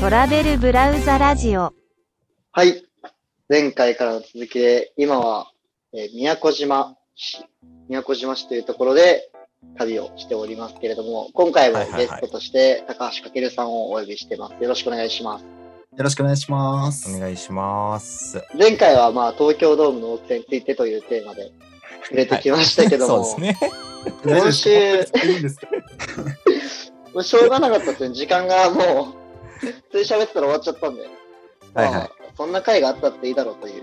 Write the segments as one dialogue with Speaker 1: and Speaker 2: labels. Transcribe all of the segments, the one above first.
Speaker 1: トラベルブラウザラジオ。
Speaker 2: はい。前回からの続きで、今は、えー宮古島市、宮古島市というところで旅をしておりますけれども、今回も
Speaker 3: はいはいは
Speaker 2: ゲ
Speaker 3: い
Speaker 2: ストとして高橋翔さんをお呼びしてます。よろしくお願いします。
Speaker 4: よろしくお願いします。
Speaker 3: お願いします。
Speaker 2: 前回はまあ東京ドームの温泉についてというテーマで触れてきましたけども、
Speaker 3: そうですね。
Speaker 4: 大丈夫ですか
Speaker 2: 今
Speaker 4: いいんですか
Speaker 2: もうしょうがなかったですね。時間がもう、 普通に喋ってたら終わっちゃったんで、
Speaker 3: はい
Speaker 2: ま
Speaker 3: はい
Speaker 2: あ。そんな回があったっていいだろうという、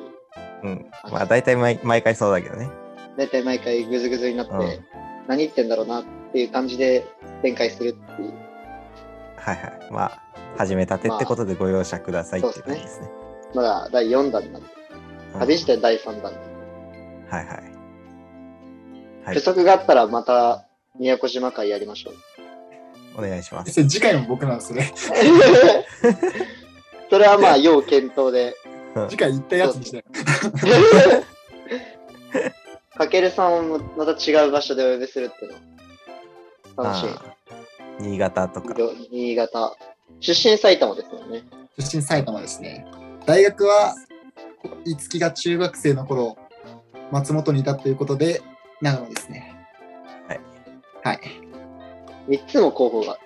Speaker 3: うん。まあ大体毎毎回そうだけどね。
Speaker 2: 大体毎回ぐずぐずになって、
Speaker 3: うん
Speaker 2: 何言ってんだろうなっていう感じで展開するっていう。
Speaker 3: はいはい。まあ始めたてってことでご容赦くださいっていう感じですね。
Speaker 2: まだ第4弾なんで、
Speaker 3: うん
Speaker 2: 旅して第3弾で、
Speaker 3: はいはい。はい
Speaker 2: 不。足があったらまた宮古島会やりま しょう。
Speaker 3: お願いします。
Speaker 4: それ次回も僕なんですね。
Speaker 2: それはまあ、要検討で。
Speaker 4: 次回行ったやつにして。
Speaker 2: かけるさんをまた違う場所でお呼びするっていうのは楽し
Speaker 3: あー新潟とか。
Speaker 2: い。新潟。出身埼玉ですよね。
Speaker 4: 出身埼玉ですね。大学は、いつきが中学生の頃、松本にいたということで、長野ですね。
Speaker 3: はい。
Speaker 4: はい。
Speaker 2: 3つも候補が。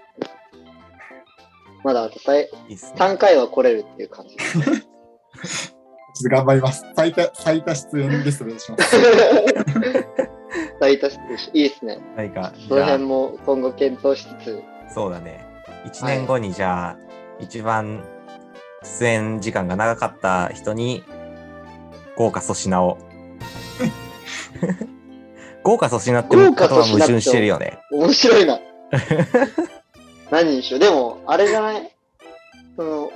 Speaker 2: まだあとさい
Speaker 3: いいっすね。
Speaker 2: 3回は来れるっていう 感じ。
Speaker 4: ちょっと頑張ります。最多、最多出演ゲストでお願いします。
Speaker 2: 大多数いいですね。
Speaker 3: 何か
Speaker 2: そ
Speaker 3: じ
Speaker 2: の
Speaker 3: ゃ
Speaker 2: 辺も今後検討しつつ。
Speaker 3: あそうだね。一年後にじゃあ、一番出演時間が長かった人に豪華粗品を。 豪華粗品って言葉は矛盾してるよね。
Speaker 2: 面白い な。何にしよう。でも、あれじゃないその、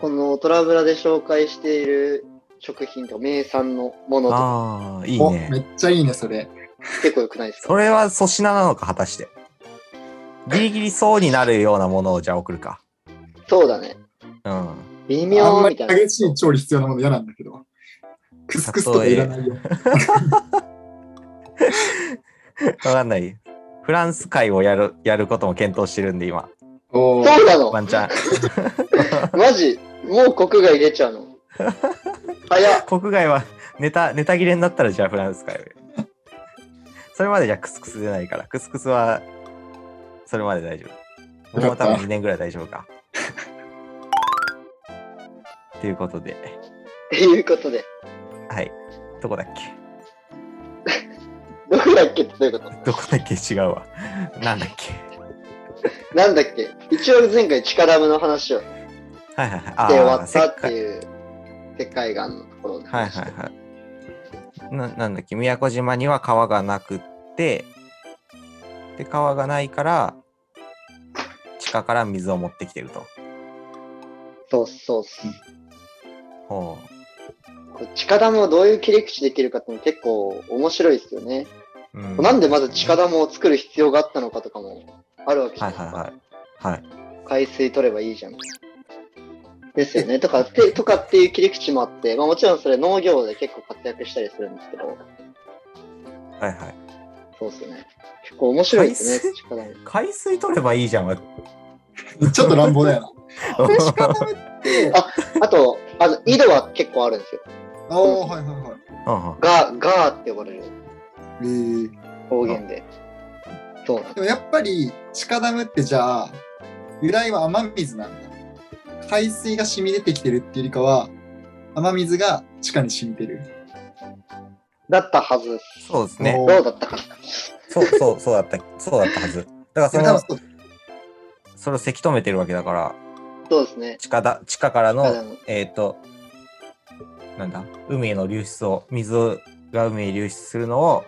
Speaker 2: このトラブラで紹介している食品とか名産のものとか
Speaker 3: ああ、いい
Speaker 4: お、
Speaker 3: ね
Speaker 4: め。っちゃいいね、それ。
Speaker 2: 結構良くないですか
Speaker 3: それは粗品なのか、果たして。ギリギリそうになるようなものをじゃあ送るか。
Speaker 2: そうだね。
Speaker 3: うん。
Speaker 2: 微
Speaker 4: あん
Speaker 2: 妙
Speaker 4: ま
Speaker 2: み
Speaker 4: り
Speaker 2: たいな。
Speaker 4: 激しい調理必要なもの嫌なんだけど。クスクスとかいらないよ。
Speaker 3: わかんない。フランス会をやる、やることも検討してるんで、今。
Speaker 4: おー
Speaker 2: そうなの
Speaker 3: ワンチャン。
Speaker 2: マジもう国外出ちゃう の早っ。
Speaker 3: 国外はネタ、ネタ切れになったらじゃあフランス会を。それまでじゃあクスクス出ないから。クスクスは、それまで大丈夫。もう多分2年ぐらい大丈夫か。ということで、
Speaker 2: っていうことで。
Speaker 3: はい。どこだっけ
Speaker 2: どこだっけってどういうこ
Speaker 3: どこだっけ違うわ。なんだっけ
Speaker 2: となんだっけ一応前回チカダムの話をして
Speaker 3: はいはいはい。
Speaker 2: 終
Speaker 3: あ
Speaker 2: わ
Speaker 3: あ、
Speaker 2: ったって
Speaker 3: う。
Speaker 2: いう世界観のところで。
Speaker 3: はいはいはい。ななんだっけ、宮古島には川がなくって、で、川がないから、地下から水を持ってきてると。
Speaker 2: そうそうそう。
Speaker 3: ほ
Speaker 2: こう地下ダムをどういう切り口できるかってのも結構面白いですよね。
Speaker 3: う。うん
Speaker 2: なんでまず地下ダムを作る必要があったのかとかもあるわけじゃ
Speaker 3: は
Speaker 2: ない
Speaker 3: い
Speaker 2: ですか。
Speaker 3: はいはい。はい。
Speaker 2: 海水取ればいいじゃん。ですよね。とかって、とかっていう切り口もあって、まあもちろんそれ農業で結構活躍したりするんですけど、
Speaker 3: はいはい。
Speaker 2: そうですよね。結構面白いですね、
Speaker 3: 海
Speaker 2: 地下ダム。
Speaker 3: 海水取ればいいじゃん。
Speaker 4: ちょっと乱暴だよな。
Speaker 3: 地下
Speaker 2: あと、あの、井戸は結構あるんですよ。
Speaker 4: おー、はいはいはい。
Speaker 3: うん
Speaker 2: ガー、ガーって呼ばれる
Speaker 4: えー
Speaker 2: 方言で。そうなんで
Speaker 4: でもやっぱり地下ダムってじゃあ由来は雨水なんだ海水が染み出てきてるっていうよりかは雨水が地下に染みてる
Speaker 2: すだったはずです。
Speaker 3: そうですね。
Speaker 4: お
Speaker 2: どうだったかな。
Speaker 3: そうそう、そうだった。そうだったはず。だからそ
Speaker 4: でも
Speaker 3: の、
Speaker 4: 多分そう
Speaker 3: それをせき止めてるわけだから、
Speaker 2: そうですね。
Speaker 3: 地下だ、地下から
Speaker 2: ただ
Speaker 3: の、えっ、と、なんだ、海への流出を、水が海へ流出するのを、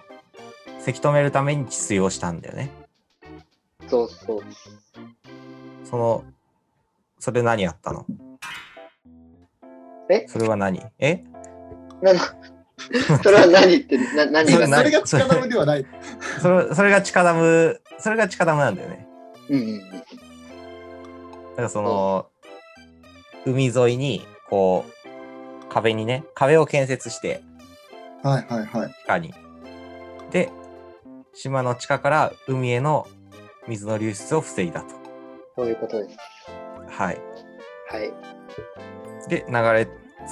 Speaker 3: せき止めるために治水をしたんだよね。
Speaker 2: そうそう。
Speaker 3: その、それ何やったの
Speaker 2: え
Speaker 3: それは何え
Speaker 2: なの それは何って、 な何
Speaker 4: そ
Speaker 3: そ
Speaker 4: れ
Speaker 3: れ
Speaker 4: そ
Speaker 3: な
Speaker 4: れが地下ダムではない
Speaker 3: それ、それが地下ダム、それが地下ダムなんだよね。
Speaker 2: うんうんうん。
Speaker 3: だからその、海沿いに、こう、壁にね、壁を建設して、
Speaker 4: はいはいはい
Speaker 3: 地下に。で、島の地下から海への水の流出を防いだと。
Speaker 2: そういうことです。
Speaker 3: はい。
Speaker 2: はい。
Speaker 3: で流れ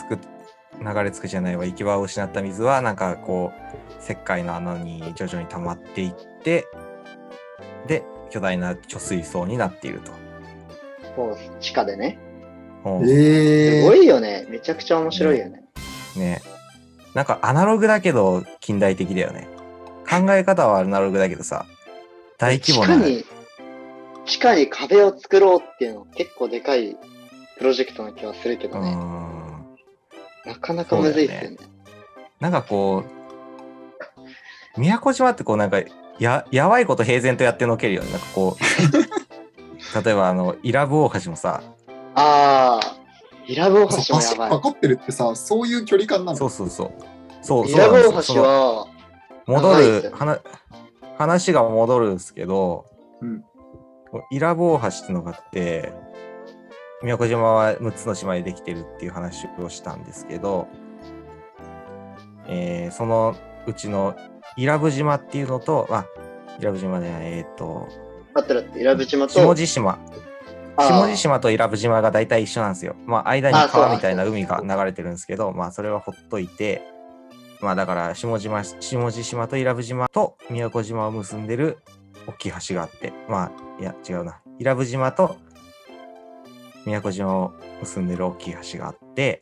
Speaker 3: 着く流れ着くじゃないわ行き場を失った水はなんかこう石灰の穴に徐々に溜まっていってで巨大な貯水槽になっていると。
Speaker 2: もう地下でね。
Speaker 3: ほう
Speaker 4: え
Speaker 2: すごいよね。めちゃくちゃ面白いよね。
Speaker 3: ねなんかアナログだけど近代的だよね。考え方はアナログだけどさ大規
Speaker 2: 地
Speaker 3: 模
Speaker 2: 下
Speaker 3: な
Speaker 2: に、地下に壁を作ろうっていうの結構でかいプロジェクトな気はするけ
Speaker 3: う
Speaker 2: どね。
Speaker 3: ん
Speaker 2: なかなかむずいっすよね。
Speaker 3: なんかこう、宮古島ってこうなんかや、やばいこと平然とやってのけるよね。なんかこ う、例えばあの、イラブ大橋もさ、
Speaker 2: ああ、イラブ大
Speaker 4: ー、
Speaker 2: 橋もや
Speaker 4: そう
Speaker 2: ば
Speaker 4: パ
Speaker 2: い
Speaker 4: パ。コってるってさ、そういう距離感なの
Speaker 3: そうそうそう。そう、
Speaker 2: イ
Speaker 3: そうな
Speaker 2: ラ
Speaker 3: ん
Speaker 2: ブ
Speaker 3: です
Speaker 2: 大
Speaker 3: よそ
Speaker 2: 橋
Speaker 3: の
Speaker 2: は、
Speaker 3: 戻
Speaker 2: 長いです
Speaker 3: る
Speaker 2: よ
Speaker 3: 話話が戻るんですけど、
Speaker 4: うん
Speaker 3: こう伊良部大橋ってのがあって宮古島は6つの島でできてるっていう話をしたんですけど、えーそのうちの伊良部島っていうのとあ伊良部島じゃないえっ、と
Speaker 2: あったらって、イラブ島と、
Speaker 3: 下地島
Speaker 2: あー
Speaker 3: 下地島と伊良部島が大体一緒なんですよ。まあ間に
Speaker 2: あそうなん
Speaker 3: 川
Speaker 2: だ
Speaker 3: みたいな海が流れてるんですけど、まあそれはほっといて、まあだから下島下地島と伊良部島と宮古島を結んでる大きい橋があって、まあいや違うな。伊良部島と宮古島を結んでる大きい橋があって、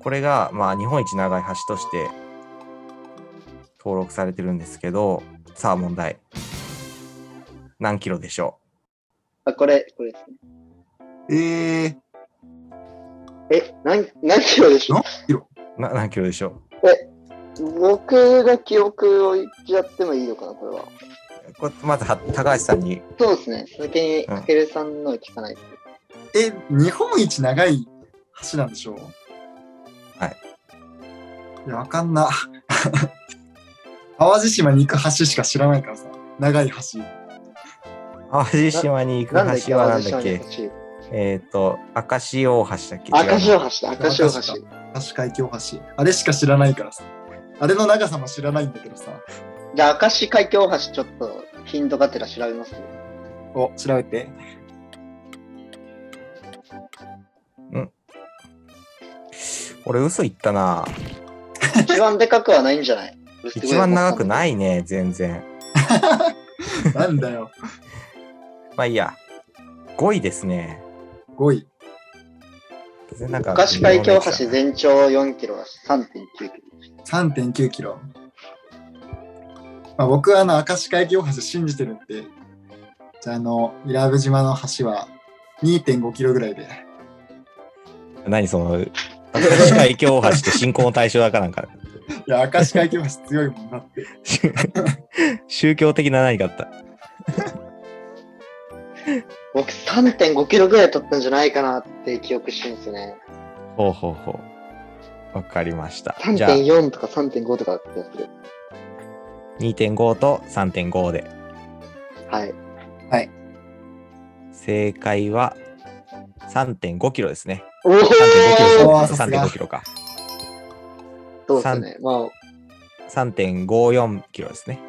Speaker 3: これがまあ日本一長い橋として登録されてるんですけど、さあ問題。何キロでしょ
Speaker 2: あ、これ、これですね。
Speaker 4: えー、
Speaker 2: え、何、何キロでしょ
Speaker 3: うな何キロでしょう
Speaker 2: 僕が記憶を言っちゃってもいいのかな、これは。
Speaker 3: こまずは高橋さんに
Speaker 2: そうですね。先に、たけるさんのは聞かないと。
Speaker 4: え、日本一長い橋なんでしょう
Speaker 3: はい。
Speaker 4: いや、わかんな。 淡路島に行く橋しか知らないからさ、長い橋。
Speaker 3: 淡路島に行く
Speaker 2: なんだっけ、
Speaker 3: 橋はなんだっ
Speaker 2: 淡路島に
Speaker 3: け
Speaker 2: 欲しい
Speaker 3: えっ、と明石大橋だっけ
Speaker 2: 赤
Speaker 3: 違う
Speaker 2: 潮
Speaker 3: な
Speaker 2: 橋だ、赤潮
Speaker 4: 赤
Speaker 2: 橋
Speaker 4: 潮。橋海峡橋。あれしか知らないからさ。あれの長さも知らないんだけどさ。
Speaker 2: じゃあ、明石海峡大橋、ちょっと、頻度がてら調べますね。
Speaker 4: お、調べて。
Speaker 3: 俺嘘言ったな
Speaker 2: 一番でかくはないんじゃない。
Speaker 3: 一番長くないいね全然
Speaker 4: なんだよ。
Speaker 3: まあいいや5位ですね
Speaker 4: 5位。
Speaker 3: 全然なんか
Speaker 2: 明石海峡橋
Speaker 3: 微妙な位置だ
Speaker 2: 全長4キロだし、3.9キロ。
Speaker 4: 3.9キロ。まあ、僕はあの、明石海峡大橋信じてるんで、じゃああの、伊良部島の橋は2.5キロぐらいで。
Speaker 3: な何その明石海峡大橋って信仰の対象だかなんか
Speaker 4: いや、明石海峡橋強いもんなって。
Speaker 3: 宗教的な何かあった
Speaker 2: 僕、3.5キロぐらい取ったんじゃないかなって記憶してるんですよね。
Speaker 3: ほうほうほうわかりましたじゃあ
Speaker 2: 3.4とか3.5とかだった気がする。
Speaker 3: 2.5と3.5で
Speaker 2: はい。
Speaker 3: 正解は3.5キロですね
Speaker 2: お
Speaker 3: 3.5キロ
Speaker 2: お
Speaker 4: おーさすが
Speaker 3: 3.5キロか。
Speaker 2: そうですね。まあ、
Speaker 3: 3.54キロですね。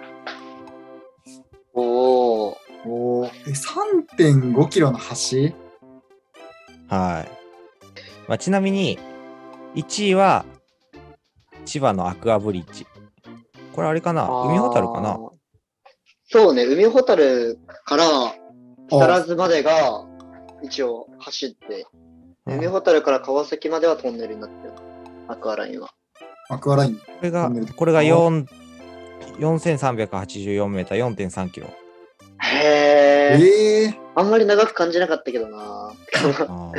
Speaker 2: おお。
Speaker 4: おお。え、3.5キロの橋
Speaker 3: はい。まあ、ちなみに、1位は、千葉のアクアブリッジ。これあれかな海ほたるか
Speaker 2: あ
Speaker 3: な
Speaker 2: ーそうね、海ほたるから木更津までが一応走って、
Speaker 3: うん
Speaker 2: 海ほたるから川崎まではトンネルになってる。アクアラインは。
Speaker 4: アクアライン。
Speaker 3: これが、これが4 4384メーター4.3キロ。
Speaker 2: へえ。
Speaker 4: ええ
Speaker 2: あんまり長く感じなかったけどな。
Speaker 3: あ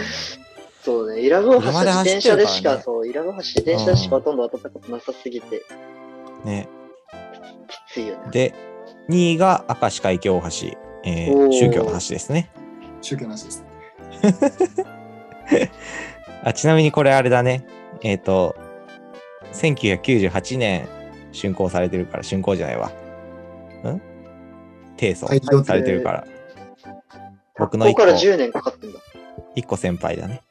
Speaker 2: そうね、伊良部大橋
Speaker 3: 車
Speaker 2: は
Speaker 3: で
Speaker 2: 自
Speaker 3: 走
Speaker 2: 転車
Speaker 3: ってるからね
Speaker 2: でしか、そう、伊良部橋自転車でしかほとんど渡ったことなさすぎて、
Speaker 3: ーね。
Speaker 2: きついよね。
Speaker 3: で、2位が明石海峡大橋。えー
Speaker 2: おー
Speaker 3: 宗教の橋ですね。
Speaker 4: ー、宗教の橋です。
Speaker 3: あちなみにこれあれだね。えっ、と、1998年、竣工されてるから、竣工じゃないわ。ん提訴
Speaker 4: 開業
Speaker 3: されてるから、僕の
Speaker 2: こ
Speaker 3: 一
Speaker 2: こから
Speaker 3: 個、
Speaker 2: 10年かかってんだ。あ
Speaker 3: 一個先輩だね。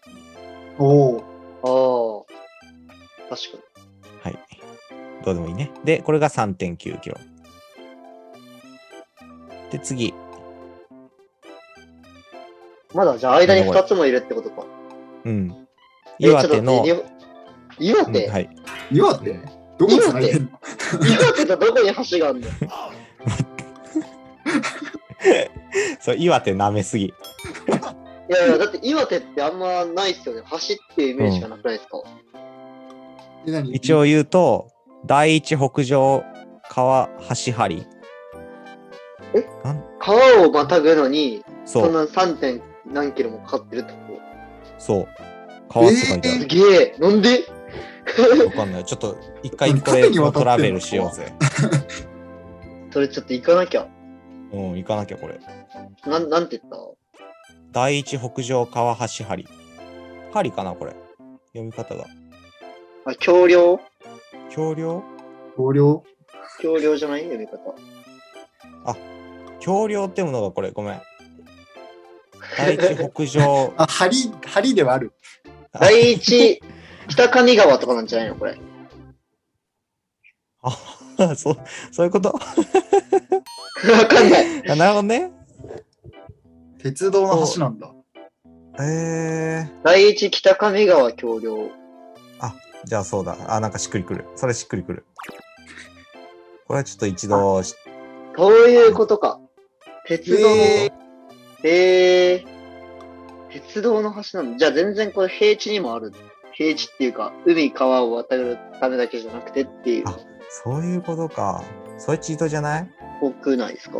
Speaker 4: おお。
Speaker 2: あー。確かに。
Speaker 3: はい。どうでもいいね。で、これが3.9キロ。で、次。
Speaker 2: まだじゃあ間に2つもいるってことか。
Speaker 3: うん。
Speaker 2: え
Speaker 3: 岩手の、
Speaker 2: ちょっと待って岩
Speaker 3: う
Speaker 2: 岩
Speaker 3: ん
Speaker 2: 手、
Speaker 3: はい。
Speaker 4: 岩手どこ繋いでんの
Speaker 2: 岩手とどこに橋があるの
Speaker 3: そう、岩手舐めすぎ。
Speaker 2: いやいや、だって岩手ってあんまないっすよね。橋っていうイメージがなくないですか、
Speaker 4: え何
Speaker 3: 一応言うと、第一北上川橋張。
Speaker 2: 川をまたぐのに、
Speaker 3: そ
Speaker 2: そん
Speaker 3: う、
Speaker 2: な 3. 点何キロもかかってるってこ
Speaker 3: そう。川って書いてあ
Speaker 2: と。
Speaker 3: る
Speaker 2: す。げえ。なんで
Speaker 3: わかんない。ちょっと、一回
Speaker 4: うん
Speaker 3: これ
Speaker 4: 縦に渡ってんの
Speaker 3: トラベルしようぜ。
Speaker 2: それちょっと行かなきゃ。
Speaker 3: うん、行かなきゃこれ。
Speaker 2: なん、なんて言った
Speaker 3: 第一北上川橋張。針かな、これ。読み方が。
Speaker 2: あ、橋梁
Speaker 3: 橋梁
Speaker 4: 同僚
Speaker 2: 橋梁じゃない読み方。
Speaker 3: 橋梁ってものがこれ、ごめん。第一北
Speaker 4: 。
Speaker 3: 上
Speaker 4: あ、針、針ではある。
Speaker 2: 第一、北上川とかなんじゃないのこれ。
Speaker 3: あ、そう、そういうこと。
Speaker 2: わかんない。
Speaker 3: あなるほどね。
Speaker 4: 鉄道の橋なんだ。
Speaker 3: え
Speaker 2: 第一、北上川橋梁。
Speaker 3: ー、じゃあそうだ。あ、なんかしっくりくる。それしっくりくる。これはちょっと一度し、
Speaker 2: そういうことか。鉄道の、
Speaker 4: え
Speaker 2: えー、え鉄道の橋なんだ。じゃあ全然これ平地にもある。平地っていうか、海、川を渡るためだけじゃなくてっていう
Speaker 3: あそういうことか。それチートじゃない
Speaker 2: 多くないですか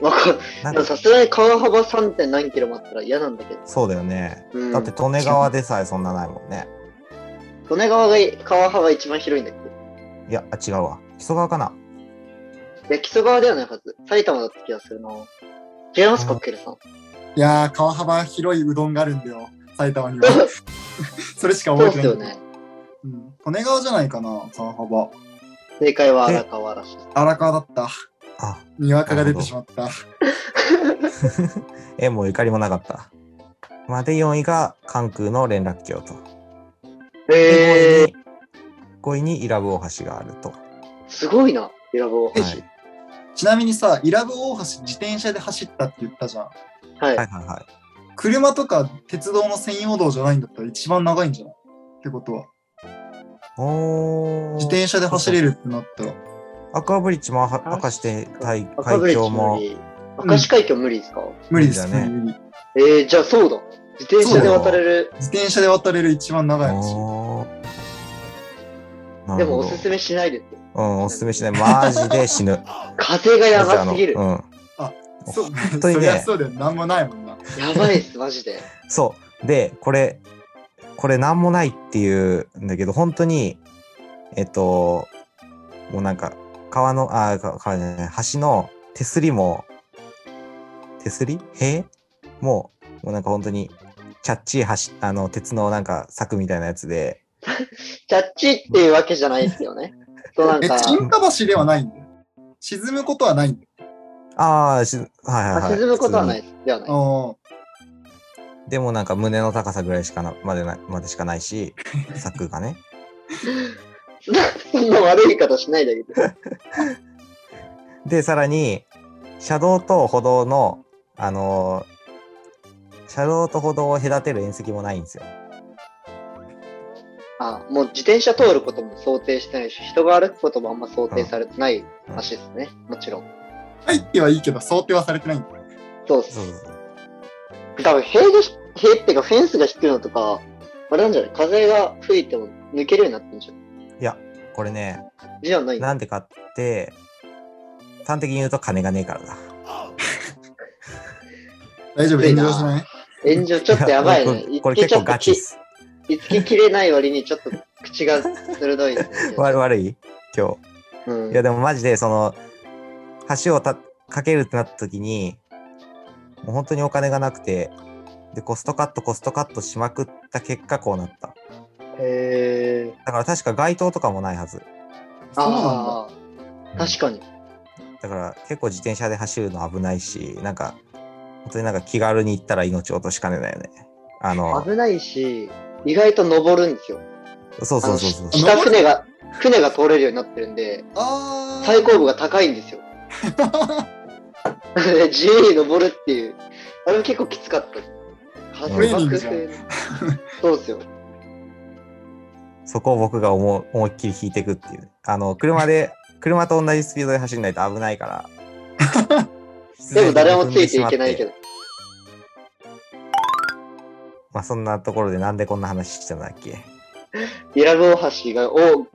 Speaker 2: わかん
Speaker 3: なん
Speaker 2: でもさ
Speaker 3: か
Speaker 2: すがに川幅 3. 点何キロもあったら嫌なんだけど。
Speaker 3: そうだよね。
Speaker 2: うん、
Speaker 3: だって、利根川でさえそんなないもんね。
Speaker 2: 利根川が川幅一番広いんだっ
Speaker 3: いや、あ違うわ。木曽川かな。
Speaker 2: けいや、木曽川ではないはず。埼玉だった気がするな。違いますか、
Speaker 3: あ
Speaker 2: ケルさん。
Speaker 4: いやー、川幅広いうどんがあるんだよ、埼玉に は。それしか
Speaker 2: そう
Speaker 4: 覚
Speaker 2: っ
Speaker 4: え
Speaker 2: てす
Speaker 4: ない。
Speaker 2: よね。
Speaker 4: うん。利根川じゃないかな、川幅。
Speaker 2: 正解は荒川らしいです。
Speaker 4: 荒川だった。
Speaker 3: あ、
Speaker 4: にわかが出てしまった。
Speaker 3: え、もうゆかりもなかった。まで4位が関空の連絡橋と。
Speaker 2: へえ
Speaker 3: で5位に、5位に伊良部大橋があると。は
Speaker 2: すごいな、選ぼう。
Speaker 3: い。
Speaker 4: ちなみにさ、伊良部大橋自転車で走ったって言ったじゃん。
Speaker 2: はい
Speaker 3: はいはいはい。
Speaker 4: 車とか鉄道の専用道じゃないんだったら一番長いんじゃないってことは。
Speaker 3: おー。
Speaker 4: 自転車で走れるってなったら。
Speaker 3: アクアブリッジもは明かして海
Speaker 2: 赤ブ
Speaker 3: 海
Speaker 2: リッ
Speaker 3: 峡
Speaker 2: ジ無
Speaker 3: も
Speaker 2: 理。明石海峡無理ですか、
Speaker 4: 無理で
Speaker 3: 無
Speaker 4: す
Speaker 3: 理だね
Speaker 4: ね。無理
Speaker 2: えー、じゃあそうだ。自転車で渡れる。
Speaker 4: 自転車で渡れる一番長い橋。
Speaker 3: おーな
Speaker 2: で
Speaker 3: るほ
Speaker 2: も
Speaker 3: ど
Speaker 2: おすすめしないです。
Speaker 3: うん、おすすめしない。マジで 死ぬ。
Speaker 2: 風がやばすぎる。
Speaker 3: マジあの
Speaker 4: そう、
Speaker 3: うん。本当
Speaker 4: そ
Speaker 3: に
Speaker 4: りゃ
Speaker 3: ね、
Speaker 4: そうだよ。なんもないもんな。
Speaker 2: やばいっす、マジで。
Speaker 3: そう。で、これ、これなんもないっていうんだけど、本当に、えっと、もうなんか、川の、あ、か川じゃない、橋の手すりも、手すり塀もう、もうなんか本当に、キャッチー橋、あの、鉄のなんか柵みたいなやつで、
Speaker 2: キャッチっていうわけじゃないですよね。そうなん
Speaker 4: え、
Speaker 2: か、
Speaker 4: 沈下橋ではないんだよ。沈むことはないんだよ。
Speaker 3: ああ、しはいはい、
Speaker 2: あ
Speaker 3: はい。
Speaker 2: 沈むことはない
Speaker 3: 普
Speaker 2: です。ではない。
Speaker 4: あ
Speaker 3: 通に。でもなんか胸の高さぐらいしかな、までな、までしかない し、柵がね。
Speaker 2: そ んな悪い言い方しないだけど。
Speaker 3: で、さらに、車道と歩道の、あのー車道と歩道を隔てる縁石もないんですよ。
Speaker 2: あ、もう自転車通ることも想定してないし、人が歩くこともあんま想定されてない
Speaker 3: うん
Speaker 2: 橋ですね。もちろん。
Speaker 4: あ。入ってはいいけど、想定はされてないんだよ。
Speaker 2: そうっす
Speaker 3: そう。そうそう。
Speaker 2: 多分塀がひ、塀っていうかフェンスが低いのとか、あれなんじゃない風が吹いても抜けるようになってんじゃん。
Speaker 3: これね、
Speaker 2: じゃない
Speaker 3: なんでかって、端的に言うと金がねえからだ。
Speaker 4: 大丈夫、炎上しない
Speaker 2: 炎上ちょっとやばいね。
Speaker 3: これこれ結構ガチっす。。
Speaker 2: いつききれない割にちょっと口が鋭いですね
Speaker 3: わ悪 い今日。
Speaker 2: うん
Speaker 3: いやでもマジでその橋をたかけるってなった時にもう本当にお金がなくてでコストカットコストカットしまくった結果こうなった
Speaker 2: へー。
Speaker 3: だから確か街灯とかもないはず
Speaker 4: そうなんだ。
Speaker 2: ああ、確かに。
Speaker 3: だから結構自転車で走るの危ないしなんか本当になんか気軽に行ったら命を落としかねないよねあの
Speaker 2: 危ないし、意外と登るんですよ。
Speaker 3: そうそうそう
Speaker 2: あ
Speaker 3: そ
Speaker 2: の
Speaker 3: う
Speaker 2: 下船が、船が通れるようになってるんで、
Speaker 4: あ
Speaker 2: 最高部が高いんですよ。 自由に登るっていう。あれも結構きつかった。ハ
Speaker 3: トレ
Speaker 4: ーニングじゃん
Speaker 2: ハックスそうですよ。
Speaker 3: そこを僕が思う思いっきり引いていくっていう。あの、車で、車と同じスピードで走んないと危ないから。
Speaker 2: でも誰もついていけないけ
Speaker 3: ど。
Speaker 2: ど。
Speaker 3: まあそんなところでなんでこんな話してたんだっけ。
Speaker 2: 伊良部大橋が、を、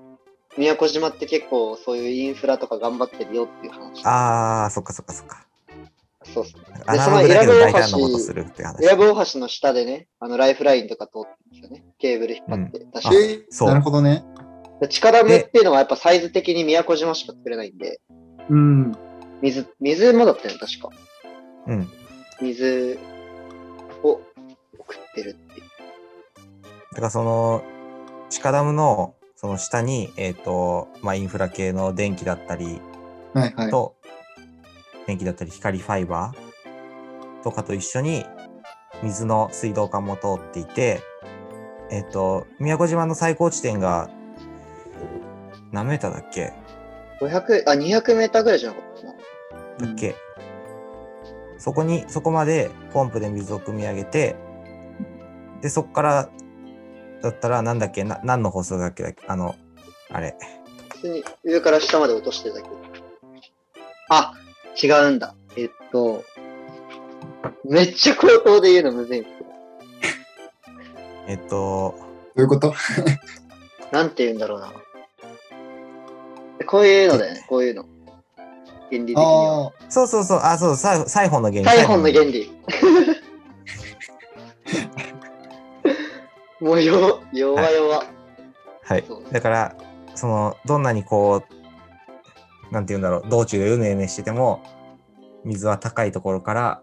Speaker 2: 宮古島って結構そういうインフラとか頑張ってるよっていう話。
Speaker 3: あー、そっかそっかそっか。
Speaker 2: そうっすね。
Speaker 3: ア
Speaker 2: で、
Speaker 3: ナ
Speaker 2: そ
Speaker 3: ロ
Speaker 2: の
Speaker 3: グ
Speaker 2: 伊
Speaker 3: だ
Speaker 2: 良部
Speaker 3: けど大
Speaker 2: 大
Speaker 3: 胆なこと
Speaker 2: 橋
Speaker 3: するって話
Speaker 2: エ。アブ大橋の下でね、あのライフラインとか通ってるんですよね。ケーブル引っ張って。確かに
Speaker 4: えー
Speaker 3: そう
Speaker 4: なるほどね。
Speaker 2: で地下ダムっていうのはやっぱサイズ的に宮古島しか作れないんで、
Speaker 4: うん。
Speaker 2: 水、水もだったよね、確か。
Speaker 3: うん。
Speaker 2: 水を送ってるっていう。
Speaker 3: だからその、地下ダムのその下に、えっ、と、まあインフラ系の電気だったり、
Speaker 4: はいはい。
Speaker 3: と、電気だったり光ファイバーとかと一緒に水の水道管も通っていて、えっ、と、宮古島の最高地点が何メーターだっけ
Speaker 2: 500、あ、200メーターぐらいじゃなかったかな。
Speaker 3: だっけ、そこに、そこまでポンプで水を汲み上げて、で、そこからだったらなんだっけな何の放送だっけだっけあの、あれ、
Speaker 2: 普通に上から下まで落としてるだけ。あ、違うんだ。えっと、めっちゃ口頭で言うのむずいんですけど。
Speaker 3: えっ、と、
Speaker 4: どういうこと
Speaker 2: なんて言うんだろうな。こういうのだよね、こういうの。原理的には。
Speaker 4: ああ
Speaker 3: そうそうそう、あ、そう、サイサイホンの原理。
Speaker 2: サイホンの原理。もう弱、弱弱。
Speaker 3: はい
Speaker 2: そうね。
Speaker 3: だから、その、どんなにこう、なんて言うんだろう、道中でうねうねしてても、水は高いところから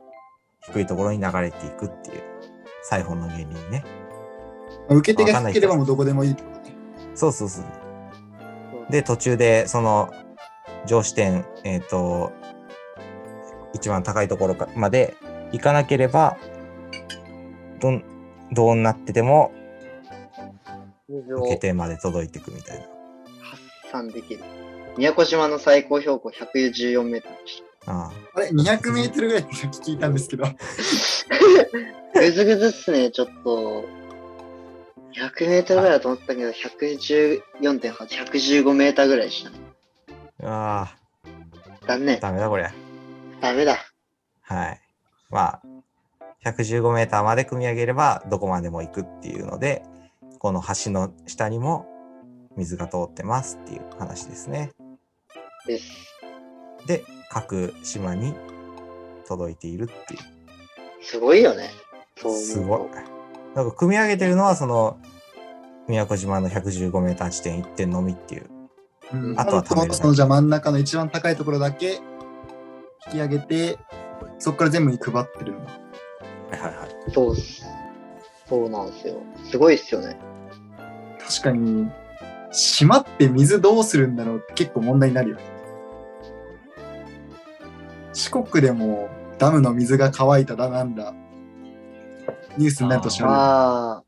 Speaker 3: 低いところに流れていくっていう、サイフォンの原理にね。
Speaker 4: ー。受け手が低ければもうどこでもいいってことね。
Speaker 3: そうそうそう。で、途中で、その、上視点、えっ、と、一番高いところかまで行かなければ、どん、どうなってても、
Speaker 2: 水
Speaker 3: 受け
Speaker 2: を
Speaker 3: 手まで届いていくみたいな。
Speaker 2: 発散できる。宮古島の最高標高114メートルでし
Speaker 3: ああ
Speaker 4: あれ、200メートルぐらいってさっき聞いたんですけど。
Speaker 2: た。ぐずぐずっすね、ちょっと。100メートルぐらいだと思ってたけど、114.8、115メーターぐらいでしたね。
Speaker 3: あ
Speaker 2: 残
Speaker 3: あ、
Speaker 2: 念。
Speaker 3: ダメだこりゃ。
Speaker 2: ダメだ。
Speaker 3: はい。まあ、115メーターまで組み上げれば、どこまでも行くっていうので、この橋の下にも水が通ってますっていう話ですね。
Speaker 2: です。
Speaker 3: で、各島に届いているってい。
Speaker 2: すごいよね。そうう思うと
Speaker 3: すごい。なんか組み上げてるのは、その、宮古島の115メーター地点1点のみっていう。
Speaker 4: うん
Speaker 3: あとは貯めるだけ
Speaker 4: そのじゃあ真ん中の一番高いところだけ引き上げて、そこから全部に配ってるんだ。
Speaker 3: はいはいはい。
Speaker 2: そうっす。そうなんですよ。すごいっすよね。
Speaker 4: 確かに、島って水どうするんだろうって結構問題になるよね。四国でもダムの水が乾いただなんだ、ニュースになるとしま
Speaker 2: ああ、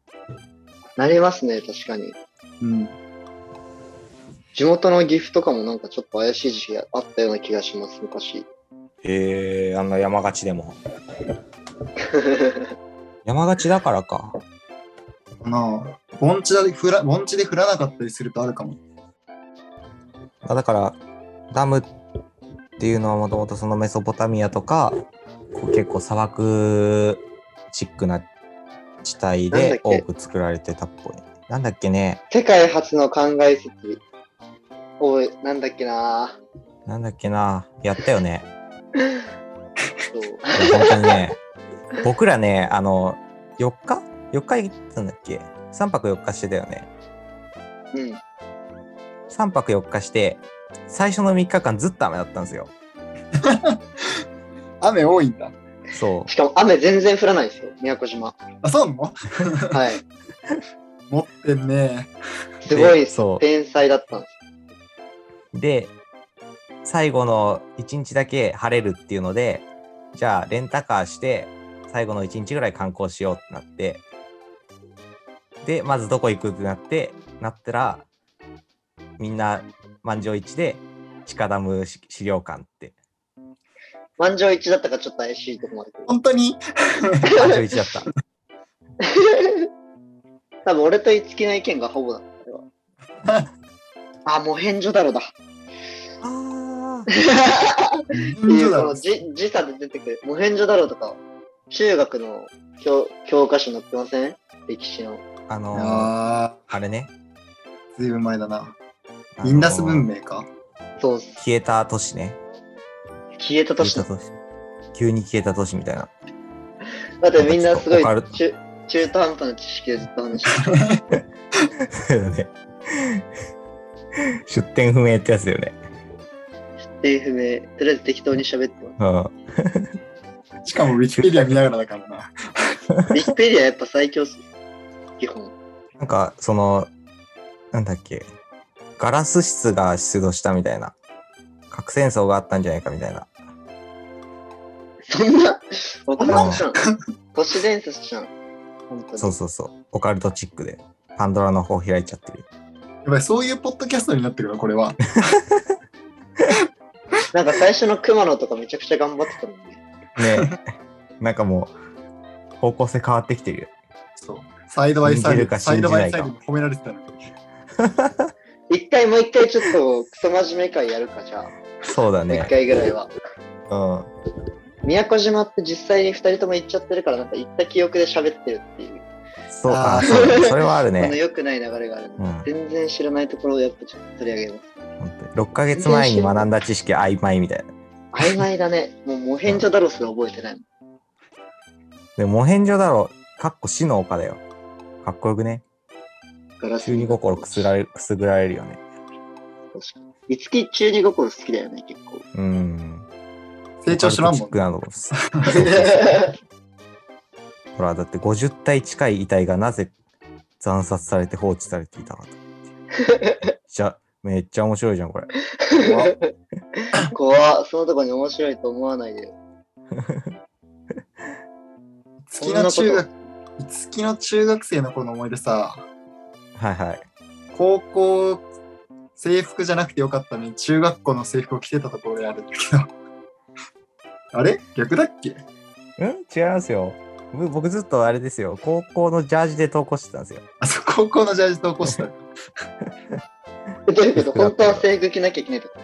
Speaker 2: なりますね、確かに。
Speaker 4: う。うん。
Speaker 2: 地元の岐阜とかもなんかちょっと怪しい時期があったような気がします、昔。
Speaker 3: へえ、あんな山勝ちでも。 山勝ちだからか。
Speaker 4: かなあ盆地で降ら、盆地で降らなかったりするとあるかも。
Speaker 3: まあだからダムっていうのはもともとそのメソポタミアとかこう結構砂漠チックな地帯で
Speaker 2: なんだっ
Speaker 3: 多
Speaker 2: け
Speaker 3: く作られてたっぽい。なんだっけね
Speaker 2: 世界初の考え説。おい、なんだっけな
Speaker 3: なんだっけなやったよね。
Speaker 2: そう
Speaker 3: いや本当 にね僕らねあの4日 ?4 日行ったんだっけ ?3 泊4日してたよね。
Speaker 2: うん。
Speaker 3: 3泊4日して最初の3日間ずっと雨だったんですよ。
Speaker 4: 雨多いんだ。
Speaker 3: そう
Speaker 2: し。かも雨全然降らないですよ、宮古島。
Speaker 4: あ、そうなの
Speaker 2: はい。
Speaker 4: 持ってんね。
Speaker 2: すごいっす
Speaker 3: そう
Speaker 2: 天才だったんです。
Speaker 3: で、最後の1日だけ晴れるっていうので、じゃあレンタカーして、最後の1日ぐらい観光しようってなって、で、まずどこ行くってなって、なったら、みんな満場一致で、地下ダム資資料館って、
Speaker 2: 満場一致だったかちょっと怪しいとこまで。
Speaker 4: 本当に
Speaker 3: 満場一致だった。
Speaker 2: 多分俺と五木の意見がほぼだ。これはあ、もう返所だろだ。
Speaker 3: あ
Speaker 2: って
Speaker 4: 返
Speaker 2: い
Speaker 4: 事
Speaker 2: う
Speaker 4: だ
Speaker 2: こ
Speaker 4: ろ
Speaker 2: のじ時差で出てくる「無変所だろ」とか中学の教教科書載ってません歴史の
Speaker 3: あ。あのー、
Speaker 4: あ
Speaker 3: あれね。
Speaker 4: ー、ずいぶん前だな。
Speaker 3: あのー
Speaker 4: インダス文明か。
Speaker 2: そう
Speaker 3: 消えた都市ね。
Speaker 2: 消えた
Speaker 3: 消え
Speaker 2: 年
Speaker 3: た
Speaker 2: だ
Speaker 3: 都市。急に消えた都市みたいな。
Speaker 2: だってみんなすごい
Speaker 3: オカルト
Speaker 2: 中中途半端な知識でずっと話してる
Speaker 3: そうだね。 出店不明ってやつだよね。
Speaker 2: 定不明とりあえず適当に喋ってま
Speaker 3: うん。
Speaker 4: しかもウィキペディア見ながらだからな。
Speaker 2: すウィキペディアやっぱ最強っす基本
Speaker 3: なんか、その、なんだっけ、ガラス質が出土したみたいな、核戦争があったんじゃないかみたいな。
Speaker 2: そんな僕
Speaker 3: んな
Speaker 2: のじゃん都市伝説じゃん本当に
Speaker 3: そうそうそう、オカルトチックで、パンドラの方開いちゃってる。
Speaker 4: やっぱりそういうポッドキャストになってるわ、これは。
Speaker 2: なんか最初の熊野とかめちゃくちゃ頑張ってたもんね
Speaker 3: ねなんかもう、方向性変わってきてるよ。
Speaker 4: そう。サイドバイサ
Speaker 3: 信
Speaker 4: イ
Speaker 3: じる
Speaker 4: ド、
Speaker 3: か
Speaker 4: サ
Speaker 3: 信
Speaker 4: イ
Speaker 3: じ
Speaker 4: ドバ
Speaker 3: な
Speaker 4: イ
Speaker 3: い
Speaker 4: サ
Speaker 3: か
Speaker 4: イドに褒められてたのに。
Speaker 2: 一回もう一回ちょっとクソ真面目会やるかじゃあ
Speaker 3: そうだ
Speaker 2: 一
Speaker 3: ね。
Speaker 2: 回ぐらいは
Speaker 3: うん。
Speaker 2: 宮古島って実際に2人とも行っちゃってるからなんか行った記憶で喋ってるっていう、
Speaker 3: そう、
Speaker 4: あー
Speaker 3: あ、そうだねそれはある
Speaker 2: あの
Speaker 3: ね。
Speaker 2: 良くない流れがあるの、
Speaker 3: うん
Speaker 2: 全然知らないところをやっぱちょっと取り上げます
Speaker 3: 本当に6ヶ月前に学んだ知識曖昧みたいな。
Speaker 2: 曖昧だねもうモヘンジョダロスが覚えてないもん
Speaker 3: でも、モヘンジョだろ、かっこ死の丘だよ。かっこよくね。
Speaker 2: ガラス
Speaker 3: 中二心くすられくすぐられるよね。
Speaker 2: いつき中二心好きだよね結 構
Speaker 3: うん。
Speaker 4: 成長しろんも
Speaker 3: オ
Speaker 4: ん。
Speaker 3: カルトチックなのほら、だって50体近い遺体がなぜ惨殺されて放置されていたかと。じゃ、めっちゃ面白いじゃん、これ。
Speaker 4: 怖っ
Speaker 2: 怖っそのとこに面白いと思わないでよ
Speaker 4: 月の中
Speaker 2: そ
Speaker 4: 学、月の中学生の頃の思い出さ、
Speaker 3: はいはい。
Speaker 4: 高校制服じゃなくてよかったのに中学校の制服を着てたところであるんだけど あれ逆だっけ
Speaker 3: うん違いますよ。ぶ僕ずっとあれですよ。高校のジャージで投稿してたんですよ。
Speaker 4: あそう高校のジャージと起こした
Speaker 2: どういうこと本当は制服着なきゃいけないとか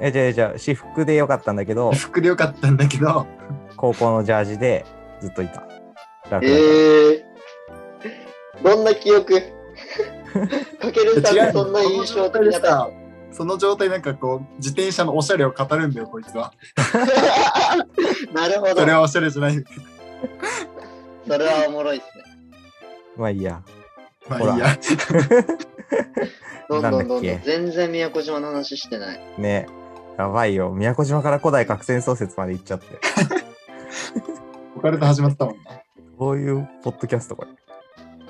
Speaker 3: え、じゃあじゃあ私服でよかったんだけど、
Speaker 4: 服でよかったんだけど
Speaker 3: 高校のジャージでずっといた。楽だから
Speaker 2: ええー、どんな記 憶かけるさんそんな印象的なタイプ
Speaker 4: その状態なんかこう自転車のおしゃれを語るんだよこいつは
Speaker 2: なるほど。
Speaker 4: それはおしゃれじゃない
Speaker 2: それはおもろいっすね。
Speaker 3: まあいいや。
Speaker 4: まあいい や
Speaker 2: どんどんどんど
Speaker 3: なんだっ
Speaker 2: ん。
Speaker 3: け
Speaker 2: 全然宮古島の話してない。
Speaker 3: ね。やばいよ。宮古島から古代核戦争説まで行っちゃって。
Speaker 4: オカルト始まったもんな
Speaker 3: こういうポッドキャスト、これ。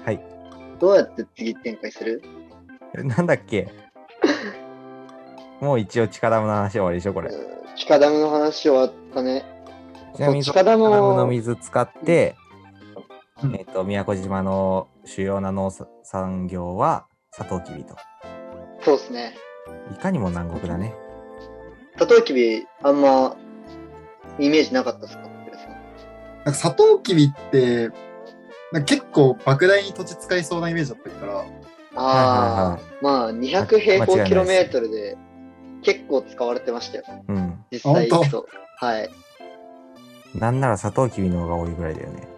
Speaker 3: はい。
Speaker 2: どうやって次展開する
Speaker 3: えなんだっけもう一応力の話終わりでしょこれ。
Speaker 2: うん地下ダムの話終わったね。
Speaker 3: ちなみに
Speaker 2: 地
Speaker 3: そ
Speaker 2: 下ダ
Speaker 3: の
Speaker 2: ム
Speaker 3: ダムの
Speaker 2: を
Speaker 3: 水使って、
Speaker 4: うん
Speaker 3: えっ、と宮古島の主要な農産業はサトウキビと。
Speaker 2: そうですね。
Speaker 3: いかにも南国だね。
Speaker 2: サトウキビ、あんまイメージなかったっすか皆さん
Speaker 4: なんかサトウキビってなんか結構莫大に土地使いそうなイメージだったから
Speaker 2: ああ、
Speaker 3: はい
Speaker 2: まあ200平方
Speaker 3: 間違
Speaker 2: キロ
Speaker 3: いな
Speaker 2: メ
Speaker 3: い
Speaker 2: ートルで結構使われてましたよ。
Speaker 3: うん。
Speaker 2: 実際行
Speaker 4: 本
Speaker 2: く
Speaker 4: 当
Speaker 2: と。はい。い
Speaker 3: なんならサトウキビの方が多いぐらいだよね。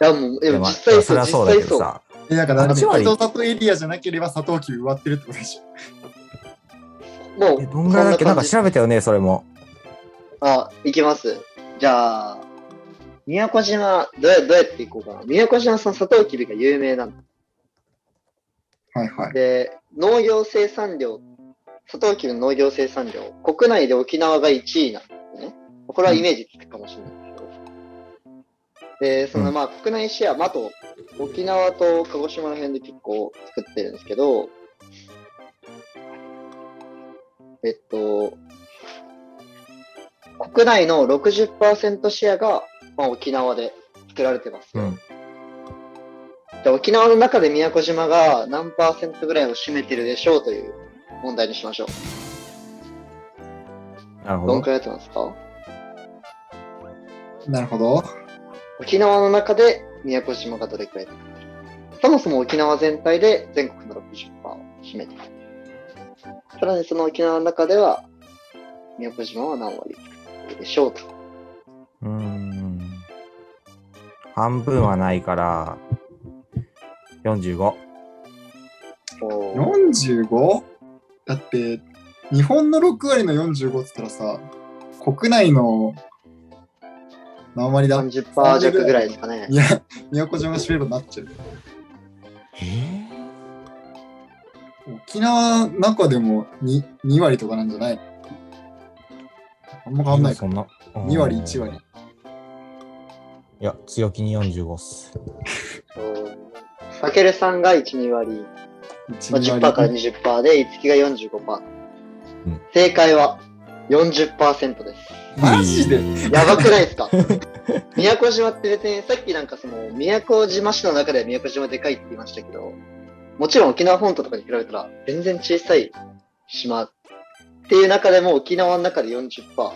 Speaker 2: やもう、でも
Speaker 3: まあ
Speaker 2: 実際
Speaker 3: そ
Speaker 2: そう、
Speaker 3: れは
Speaker 2: 実
Speaker 3: そうだ
Speaker 2: 際
Speaker 3: けど
Speaker 2: そう。
Speaker 3: さ。
Speaker 4: えだからなんか
Speaker 3: 8割
Speaker 4: 北里エリアじゃなければサトウキビ植わってるってことでしょ
Speaker 2: も
Speaker 3: え
Speaker 2: う、
Speaker 3: どんぐらいだっ
Speaker 2: そ
Speaker 3: けなんんか
Speaker 2: 感じ
Speaker 3: 調べたよねそれも。
Speaker 2: あ、行きます。じゃあ、宮古島、どうやどうやって行こうかな。宮古島さん、サトウキビが有名なの
Speaker 4: はいはい
Speaker 2: で、農業生産量、サトウキビの農業生産量、国内で沖縄が1位なんですね。これはイメージつくかもしれないですけど。で、その
Speaker 3: うん
Speaker 2: まあ、国内シェア、まああと、沖縄と鹿児島の辺で結構作ってるんですけど、えっと、国内の60%シェアが、まあ、沖縄で作られてます
Speaker 3: う
Speaker 2: よ。
Speaker 3: ん。
Speaker 2: じゃあ沖縄の中で宮古島が何パーセントぐらいを占めてるでしょうという問題にしましょう。
Speaker 3: なるほ
Speaker 2: どん
Speaker 3: ど
Speaker 2: く。らいだと思いますか
Speaker 4: なるほど
Speaker 2: 沖縄の中で宮古島がどれくらいだそもそも沖縄全体で全国の60%を占めている。さらにその沖縄の中では、宮古島は何割でしょうと。
Speaker 3: うーん。半分はないから、45。
Speaker 2: おー
Speaker 4: 45? だって日本の6割の45っつったらさ国内の何割だ
Speaker 2: 30%弱ぐらいですかね
Speaker 4: い。や宮古島占めろになっちゃう
Speaker 3: えー、
Speaker 4: 沖縄の中でも 2, 2割とかなんじゃないあんま変わんないか
Speaker 3: そんな。
Speaker 4: 2割1割
Speaker 3: いや、強気に45っす。
Speaker 2: おーかけるさんが1、2割、まあ、
Speaker 4: 1
Speaker 2: 10%
Speaker 4: 割
Speaker 2: から20%で、いつきが45%。
Speaker 3: うん
Speaker 2: 正解は40%です。
Speaker 4: マジで
Speaker 2: やばくないです か宮古島って別にさっきなんかその宮古島市の中では宮古島でかいって言いましたけどもちろん沖縄本島とかに比べたら全然小さい島っていう中でも沖縄の中で40%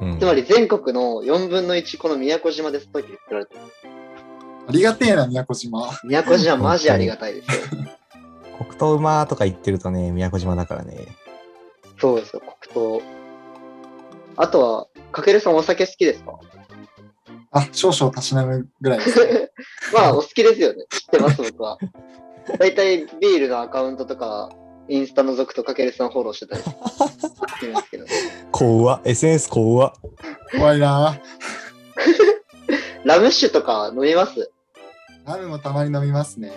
Speaker 3: うん
Speaker 2: つまり全国の4分の1この宮古島ですときに比べて
Speaker 4: ありがてえな宮古島
Speaker 2: 宮古島マジありがたいですよ
Speaker 3: 黒糖馬とか言ってるとね、宮古島だからね。
Speaker 2: そうですよ黒糖あとはかけるさんお酒好きですか
Speaker 4: あ少々たしなむぐらいですね
Speaker 2: まあお好きですよね知ってます僕は大体ビールのアカウントとかインスタ覗くとかけるさんフォローしてたりするんですけど
Speaker 3: 怖っ、SNS 怖っ。
Speaker 4: 怖いな
Speaker 2: ラム酒とか飲みます
Speaker 4: ラムもたまに飲みますね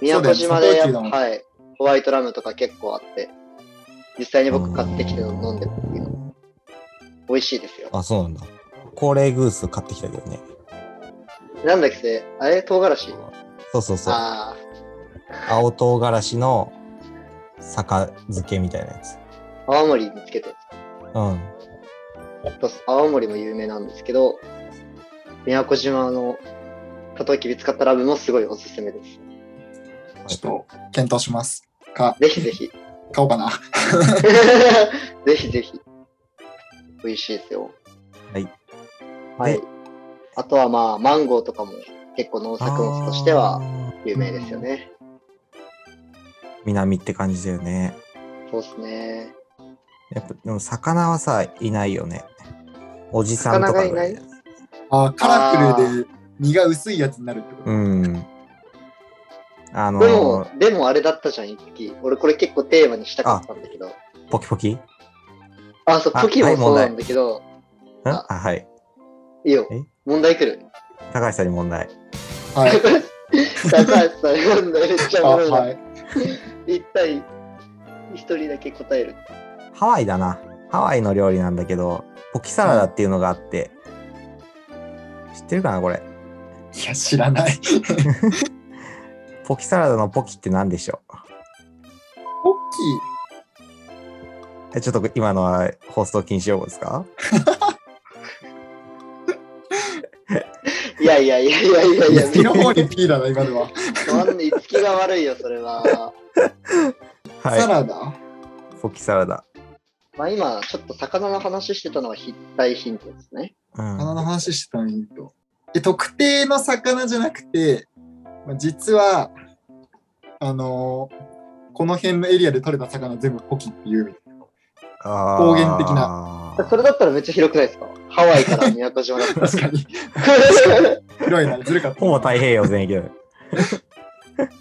Speaker 2: 宮古島で
Speaker 4: そうだよね
Speaker 2: はいホワイトラムとか結構あって実際に僕買ってきて飲んでますけど美味しいですよ
Speaker 3: あ、そうなんだ。高齢グース買ってきたけどね。
Speaker 2: なんだっけあれ唐辛子
Speaker 3: そうそうそう。
Speaker 2: あ
Speaker 3: 青唐辛子の酒漬けみたいなやつ。
Speaker 2: あ泡盛につけて
Speaker 3: うん。
Speaker 2: そうそう泡盛も有名なんですけど宮古島のサトウキビ使ったラムもすごいおすすめです
Speaker 4: ちょっと検討しますか
Speaker 2: ぜひぜひ
Speaker 4: 買おうかな
Speaker 2: ぜひぜひ。美味しいですよ。
Speaker 3: はい。
Speaker 2: はい
Speaker 3: で。
Speaker 2: あとはまあ、マンゴーとかも結構農作物としては
Speaker 3: あー
Speaker 2: 有名ですよ。ね。
Speaker 3: 南って感じだよね。
Speaker 2: そうですね。
Speaker 3: やっぱ、でも魚はさ、いないよね。おじさんとかぐらいだよね。
Speaker 4: あカラフルで身が薄いやつになるってこと
Speaker 3: うん。あ
Speaker 2: でも
Speaker 3: の、、
Speaker 2: でもあれだったじゃん、一匹。俺これ結構テーマにしたかったんだけど。
Speaker 3: ポキポキん
Speaker 2: あ、そう、
Speaker 3: あ
Speaker 2: 時
Speaker 3: は
Speaker 2: も
Speaker 3: い
Speaker 2: そうなんだけど、
Speaker 3: あ、はい。
Speaker 2: いいよ
Speaker 3: え。
Speaker 2: 問題 来る。
Speaker 3: 高橋さんに問題。
Speaker 4: はい
Speaker 2: 高橋さん、問題めっちゃ
Speaker 4: あ
Speaker 2: おもろいな
Speaker 4: はい
Speaker 2: 一体、一人だけ答える。
Speaker 3: ハワイだな。ハワイの料理なんだけど、ポキサラダっていうのがあって、知ってるかな、これ。
Speaker 4: いや知らない
Speaker 3: ポキサラダのポキって何でしょう
Speaker 4: ポッ
Speaker 3: えちょっと今のは放送禁止用語ですか
Speaker 2: いやいやいやいやいや
Speaker 4: キー
Speaker 2: い
Speaker 4: い
Speaker 2: や
Speaker 4: や、ピの方にピーだな今のは、
Speaker 2: なんで、いつきが悪いよ、それは。
Speaker 4: サ
Speaker 3: は
Speaker 4: ラダ
Speaker 3: い。ポキサラダ。
Speaker 2: まあ今、ちょっと魚の話してたのは筆体ヒントですね。
Speaker 3: う
Speaker 4: 魚
Speaker 3: ん。
Speaker 4: の話してたのにいいとえ特定の魚じゃなくてまあ実はあのーこの辺のエリアで取れた魚全部ポキっていうみたい
Speaker 3: 方
Speaker 4: 言的
Speaker 3: な
Speaker 2: それだったらめっちゃ広くないですかハワイから宮古島だった
Speaker 4: な
Speaker 2: ら。
Speaker 4: 確かに広いなずるかった
Speaker 3: ほぼ太平洋全域だよ。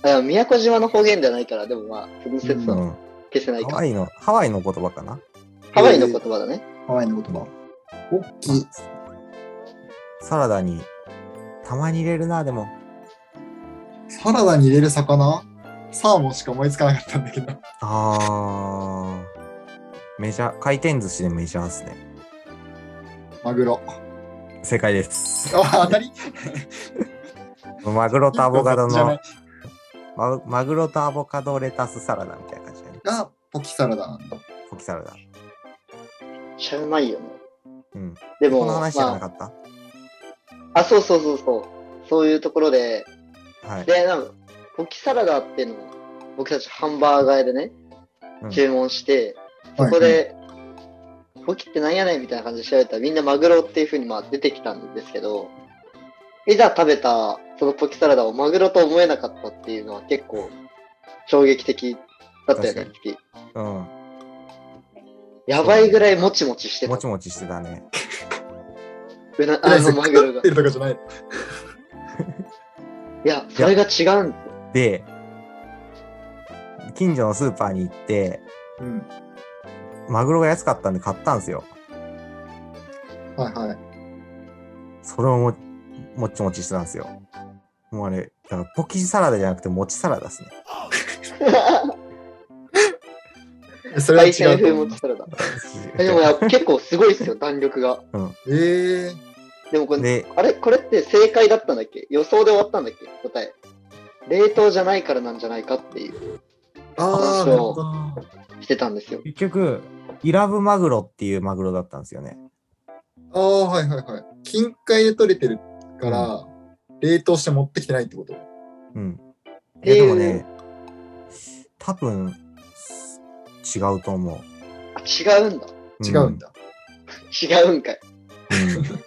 Speaker 2: あ宮古島の方言ではないから、でもまあ、その説
Speaker 3: う
Speaker 2: は
Speaker 3: ん。
Speaker 2: 消せない
Speaker 3: ハ
Speaker 2: か。
Speaker 3: ワイの、ハワイの言葉かな
Speaker 2: ハワイの言葉だね。
Speaker 4: ハワイの言葉ポッキー
Speaker 3: サラダに、たまに入れるな、でも。
Speaker 4: サラダに入れる魚サーモンしか思いつかなかったんだけど
Speaker 3: あー。メジャー、回転寿司でメジャーですね。
Speaker 4: マグロ
Speaker 3: 正解です。
Speaker 4: あ当たり
Speaker 3: マグロとアボカド
Speaker 4: じゃない
Speaker 3: の、ママグロとアボカドレタスサラダみたいな感じだね。
Speaker 4: がポキサラダなんだ。
Speaker 3: ポキサラダ。
Speaker 2: めっちゃうまいよね。
Speaker 3: うん。
Speaker 2: で
Speaker 3: こ
Speaker 2: も、
Speaker 3: の
Speaker 2: ま
Speaker 3: 話じゃなか
Speaker 2: あ、
Speaker 3: った、
Speaker 2: あ、そうそうそうそう。そういうところで、
Speaker 3: はい。
Speaker 2: で、なんか、ポキサラダっていうのを、僕たちハンバーガー屋でね
Speaker 3: うん、
Speaker 2: 注文して、
Speaker 4: はい
Speaker 2: そこで、ポキってなんやねんみたいな感じで調べたら、みんなマグロっていうふうにまあ出てきたんですけど、いざ食べたそのポキサラダをマグロと思えなかったっていうのは結構衝撃的だったよね
Speaker 3: 確、うん。
Speaker 2: やばいぐらいもちもちしてた
Speaker 3: も。ちもちしてたね。
Speaker 2: うなあの
Speaker 4: あの
Speaker 2: マ
Speaker 4: マ
Speaker 2: グ
Speaker 4: グ
Speaker 2: ロ
Speaker 4: ロ
Speaker 2: が
Speaker 4: っ。てるとかじゃない。
Speaker 2: いや、それが違うんだよ。
Speaker 3: で、近所のスーパーに行って、
Speaker 4: うん。
Speaker 3: マグロが安かったんで買ったんですよ。
Speaker 4: はいはい。
Speaker 3: それもももっちもちしてたんですよ。もうあれ、だからポキサラダじゃなくてもちサラダですね。
Speaker 4: え それは違
Speaker 2: 海鮮
Speaker 4: うと
Speaker 2: 風
Speaker 4: 思
Speaker 2: も
Speaker 4: いま
Speaker 2: ち
Speaker 4: す。
Speaker 2: サラダ。えでもや結構すごいですよ、弾力が。
Speaker 4: ええ
Speaker 2: でもこれ、
Speaker 3: で、
Speaker 2: あれこれって正解だったんだっけ予想で終わったんだっけ答え。冷凍じゃないからなんじゃないかっていう、
Speaker 4: あ
Speaker 2: そう
Speaker 4: あ、なるほどな。
Speaker 2: してたんですよ。
Speaker 3: 結局、イラブマグロっていうマグロだったんですよね。
Speaker 4: ああ、はいはいはい。近海で取れてるから、冷凍して持ってきてないってこと
Speaker 3: うん。いや
Speaker 2: えー
Speaker 3: でもね、多分、違うと思う。
Speaker 2: あ違うんだ。
Speaker 3: ん
Speaker 4: 違うん。だ。
Speaker 2: 違うんかい。
Speaker 3: うん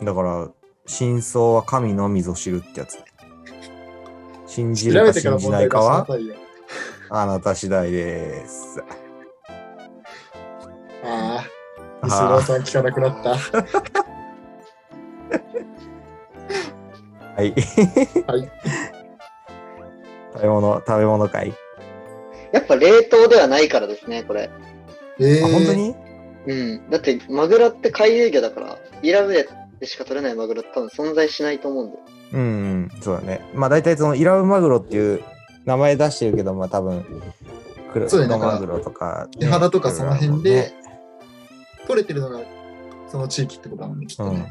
Speaker 3: だから、真相は神のみぞ知るってやつ。信じ
Speaker 4: 調
Speaker 3: る
Speaker 4: べ
Speaker 3: か
Speaker 4: てから
Speaker 3: 信じ
Speaker 4: 問
Speaker 3: ない
Speaker 4: 題出し
Speaker 3: か
Speaker 4: な
Speaker 3: は
Speaker 4: さいよ。
Speaker 3: あなた次第です。
Speaker 4: ああ、
Speaker 3: あー
Speaker 4: イスローさん聞かなくなった。
Speaker 3: はい。
Speaker 4: はい。
Speaker 3: 食べ物、食べ物会。
Speaker 2: やっぱ冷凍ではないからですね、これ。
Speaker 4: ええ
Speaker 3: あ、本当に
Speaker 2: うん。だって、マグロって海遊魚だから、イラブレでしか取れないマグロって多分存在しないと思うんで。
Speaker 3: うん、そうだね。まあ大体そのイラブマグロっていう名前出してるけど、まあ多分、クロ
Speaker 4: そうだよね
Speaker 3: マグロとか、
Speaker 4: 手肌とかその辺で
Speaker 3: ね、
Speaker 4: 取れてるのがその地域ってことだもんね、きっ
Speaker 3: う
Speaker 4: と
Speaker 3: ん
Speaker 4: ね。。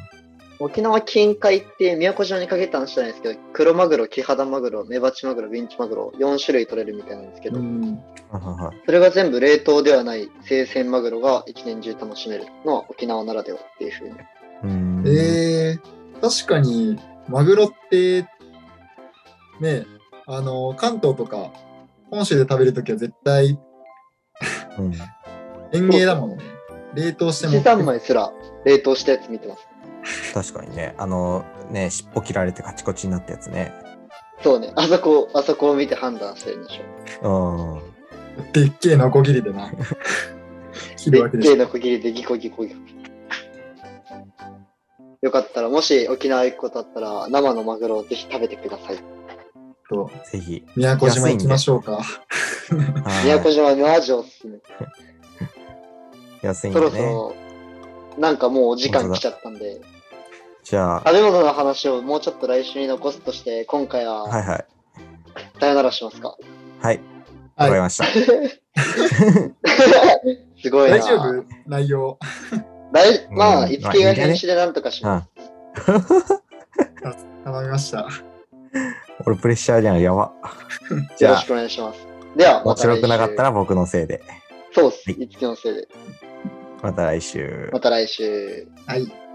Speaker 2: 沖縄近海って宮古島に限った話じゃないですけど、黒マグロ、キハダマグロ、メバチマグロ、ビンチマグロ、4種類取れるみたいなんですけど、
Speaker 4: うん、
Speaker 3: ははは
Speaker 2: それが全部冷凍ではない生鮮マグロが一年中楽しめるのは沖縄ならではっていうふうに。
Speaker 3: うん
Speaker 4: ええ確かにマグロってねあの関東とか本州で食べるときは絶対
Speaker 3: うん
Speaker 4: 園芸だもんね冷凍して
Speaker 2: 七
Speaker 4: も
Speaker 2: 三枚すら冷凍したやつ見てます。
Speaker 3: 確かにね、あの、ね、尻尾切られてカチコチになったやつね。
Speaker 2: そうね、あそこ、あそこを見て判断してるんでしょ
Speaker 3: うん。
Speaker 4: でっけえのこぎり でな切るわ
Speaker 2: う。
Speaker 4: け
Speaker 2: でっけえ
Speaker 4: でしょ
Speaker 2: のこぎりでギコギコギコ。よかったら、もし沖縄行くことあったら、生のマグロをぜひ食べてください。
Speaker 4: と
Speaker 3: ぜひ。
Speaker 4: 宮古島行きましょうか
Speaker 3: はい
Speaker 2: 宮古島マジおすすめ。
Speaker 3: 安いん
Speaker 2: そ
Speaker 3: で
Speaker 2: ろそ
Speaker 3: ね。
Speaker 2: ろ、なんかもうお時間来ちゃったんで、
Speaker 3: じゃあ、
Speaker 2: 食べ物の話をもうちょっと来週に残すとして、今回
Speaker 3: は
Speaker 2: はい
Speaker 3: はい。
Speaker 2: さよならしますか。
Speaker 3: はい。
Speaker 4: は
Speaker 3: わか
Speaker 4: い
Speaker 3: りました。
Speaker 2: すごいな。
Speaker 4: 大丈夫内容
Speaker 2: 大まあ、
Speaker 3: うん
Speaker 2: いつきが編集でなんとかし
Speaker 3: う
Speaker 2: ま
Speaker 3: ん
Speaker 2: す。。
Speaker 4: 頼みました
Speaker 3: 俺プレッシャーじゃん、や ば。じ
Speaker 2: よ
Speaker 3: ゃ
Speaker 2: ろし
Speaker 3: あ、
Speaker 2: くお願いします。では、ま
Speaker 3: 面
Speaker 2: た来週
Speaker 3: 白くなかったら僕のせいで。
Speaker 2: そうっす。
Speaker 3: はい
Speaker 2: いつきのせいで。
Speaker 3: また来週
Speaker 2: ま。た来週。
Speaker 4: はい